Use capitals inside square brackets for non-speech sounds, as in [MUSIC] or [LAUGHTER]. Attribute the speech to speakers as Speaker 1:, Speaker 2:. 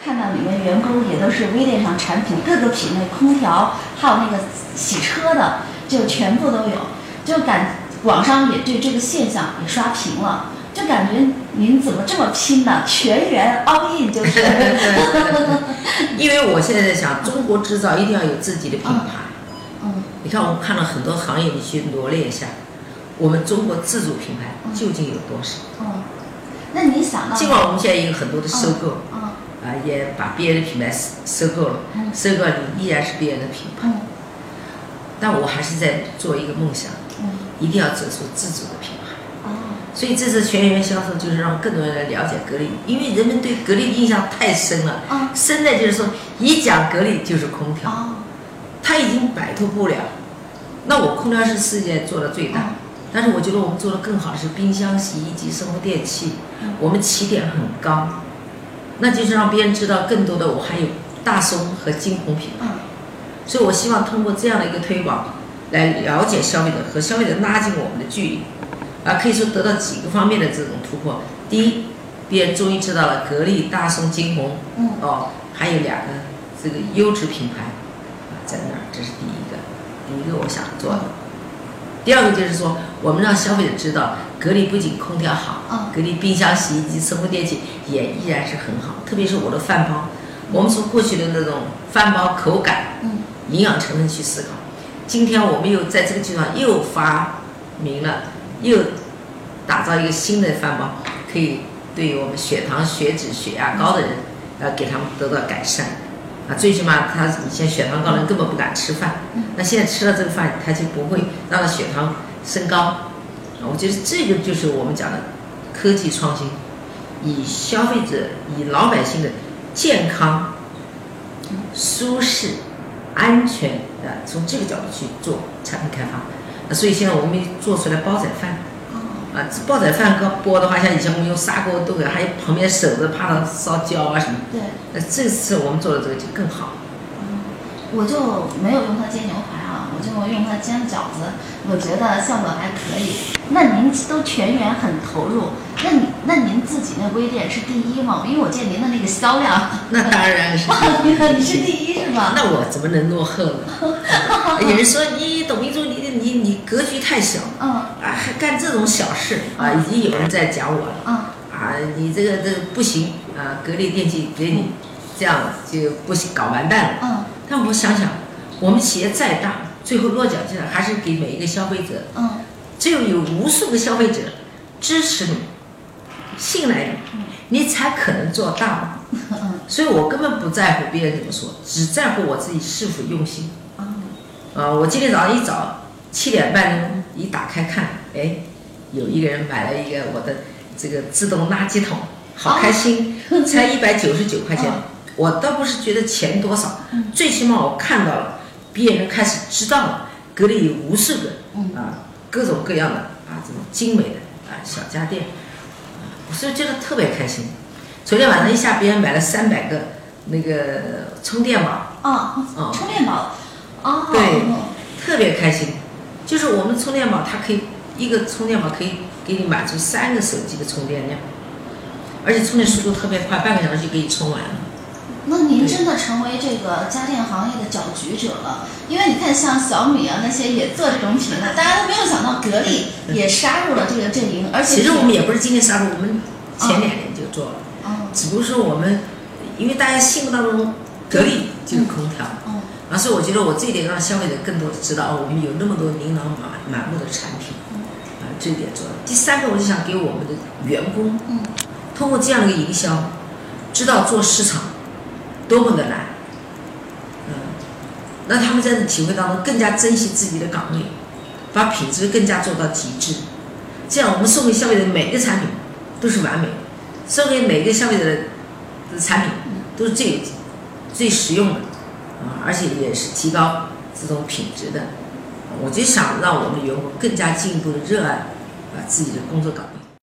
Speaker 1: 看到你们员工也都是微店上产品各个品类，空调还有那个洗车的，就全部都有，就感网上也对这个现象也刷屏了，就感觉您怎么这么拼呢？全员 all in 就是 [LAUGHS]
Speaker 2: 对对对， [CLEARS THROAT] 因为我现在在想，中国制造一定要有自己的品牌。
Speaker 1: 嗯
Speaker 2: 你看，我们看了很多行业，你去罗列一下，我们中国自主品牌究竟有多少？
Speaker 1: 嗯，那你想到
Speaker 2: 尽管我们现在也有很多的收购，
Speaker 1: 嗯
Speaker 2: 啊，也把别人的品牌收收购了，
Speaker 1: 嗯
Speaker 2: 收购了依然是别人的品牌，
Speaker 1: 嗯
Speaker 2: 但我还是在做一个梦想，
Speaker 1: 嗯
Speaker 2: 一定要走出自主的品
Speaker 1: 哦
Speaker 2: 牌。所以这次全员销售就是让更多人来了解格力，因为人们对格力的印象太深了，
Speaker 1: 嗯
Speaker 2: 深在就是说一讲格力就是空调，
Speaker 1: 哦
Speaker 2: 它已经摆脱不了。那我空调是世界做的最大，
Speaker 1: 嗯
Speaker 2: 但是我觉得我们做的更好是冰箱、洗衣机、生活电器，
Speaker 1: 嗯
Speaker 2: 我们起点很高，那就是让别人知道更多的我还有大松和金鸿品牌。
Speaker 1: 嗯
Speaker 2: 所以我希望通过这样的一个推广，来了解消费者和消费者拉近我们的距离，啊，可以说得到几个方面的这种突破。第一，别人终于知道了格力、大松、金鸿，
Speaker 1: 嗯
Speaker 2: 哦，还有两个这个优质品牌啊在那儿，这是第一个，第一个我想做的。第二个就是说，我们让消费者知道，格力不仅空调好，
Speaker 1: 嗯
Speaker 2: 格力冰箱、洗衣机、生活电器也依然是很好，特别是我的饭包，我们从过去的那种饭包口感。
Speaker 1: 嗯
Speaker 2: 营养啊成分去思考。今天我们又在这个基础上又发明了，又打造一个新的饭包，可以对于我们血糖、血脂、血压高的人，呃，给他们得到改善。啊，最起码他以前血糖高的人根本不敢吃饭
Speaker 1: 嗯，
Speaker 2: 那现在吃了这个饭，他就不会让他血糖升高。啊我觉得这个就是我们讲的科技创新，以消费者、以老百姓的健康、舒适、安全的，从这个角度去做产品开发。那所以现在我们做出来煲仔饭
Speaker 1: 哦
Speaker 2: 啊，这煲仔饭刚煲的话，像以前我们用砂锅炖的，还有旁边手着怕它烧焦啊什么。
Speaker 1: 对。
Speaker 2: 那这次我们做的这个就更好。
Speaker 1: 我就没有用它煎牛排啊，我就用它煎饺子，我觉得效果还可以。那您都全员很投入，那你那您自己那微店是第一吗？因为我见您的那个销量， [LAUGHS]
Speaker 2: 那当然是。啊
Speaker 1: 你是第一是吗？
Speaker 2: 那我怎么能落后呢？有人说你董明珠，你你你格局太小
Speaker 1: 嗯
Speaker 2: 啊，还干这种小事啊，已经有人在讲我了。
Speaker 1: 嗯
Speaker 2: 啊，你这个这个不行啊，格力电器给你这样就不行，搞完蛋了。
Speaker 1: 嗯
Speaker 2: 但我想想，我们企业再大，最后落脚地方还是给每一个消费者，
Speaker 1: 嗯
Speaker 2: 只有有无数个消费者支持你、信赖你，你才可能做大嘛。
Speaker 1: 嗯
Speaker 2: 所以我根本不在乎别人怎么说，只在乎我自己是否用心。
Speaker 1: 嗯，
Speaker 2: 啊，我今天早上一早七点半钟一打开看，哎，有一个人买了一个我的这个自动垃圾桶，好开心，才一百九十九块钱
Speaker 1: 哦。
Speaker 2: 我倒不是觉得钱多少
Speaker 1: 嗯，
Speaker 2: 最起码我看到了，别人开始知道了，格力有无数
Speaker 1: 嗯
Speaker 2: 个啊，各种各样的啊，这种精美的啊小家电，啊我所以觉得特别开心。昨天晚上一下，别人买了三百个那个充电宝，
Speaker 1: 哦，充电宝，哦，
Speaker 2: 对特别开心。就是我们充电宝，它可以一个充电宝可以给你满足三个手机的充电量，而且充电速度特别快，半个小时就给你充完了。
Speaker 1: 那您真的成为这个家电行业的搅局者了，因为你看像小米啊那些也做这种品类，大家都没有想到格力也杀入了这个阵营，而且
Speaker 2: 其实我们也不是今天杀入，我们前两年就做了，
Speaker 1: 哦
Speaker 2: 只不过说我们因为大家心目当中格力就是空调，
Speaker 1: 哦
Speaker 2: 啊，所以我觉得我这一点让消费者更多的知道，哦我们有那么多琳琅满满目的产品，啊，这一点做了。第三个，我就想给我们的员工
Speaker 1: 嗯
Speaker 2: 通过这样的一个营销，知道做市场多么的难，嗯，那他们在体会当中更加珍惜自己的岗位，把品质更加做到极致，这样我们送给消费者每个产品都是完美的，送给每个消费者的产品都是最最实用的，啊，而且也是提高这种品质的。我就想让我们的员工更加进一步的热爱啊自己的工作岗位。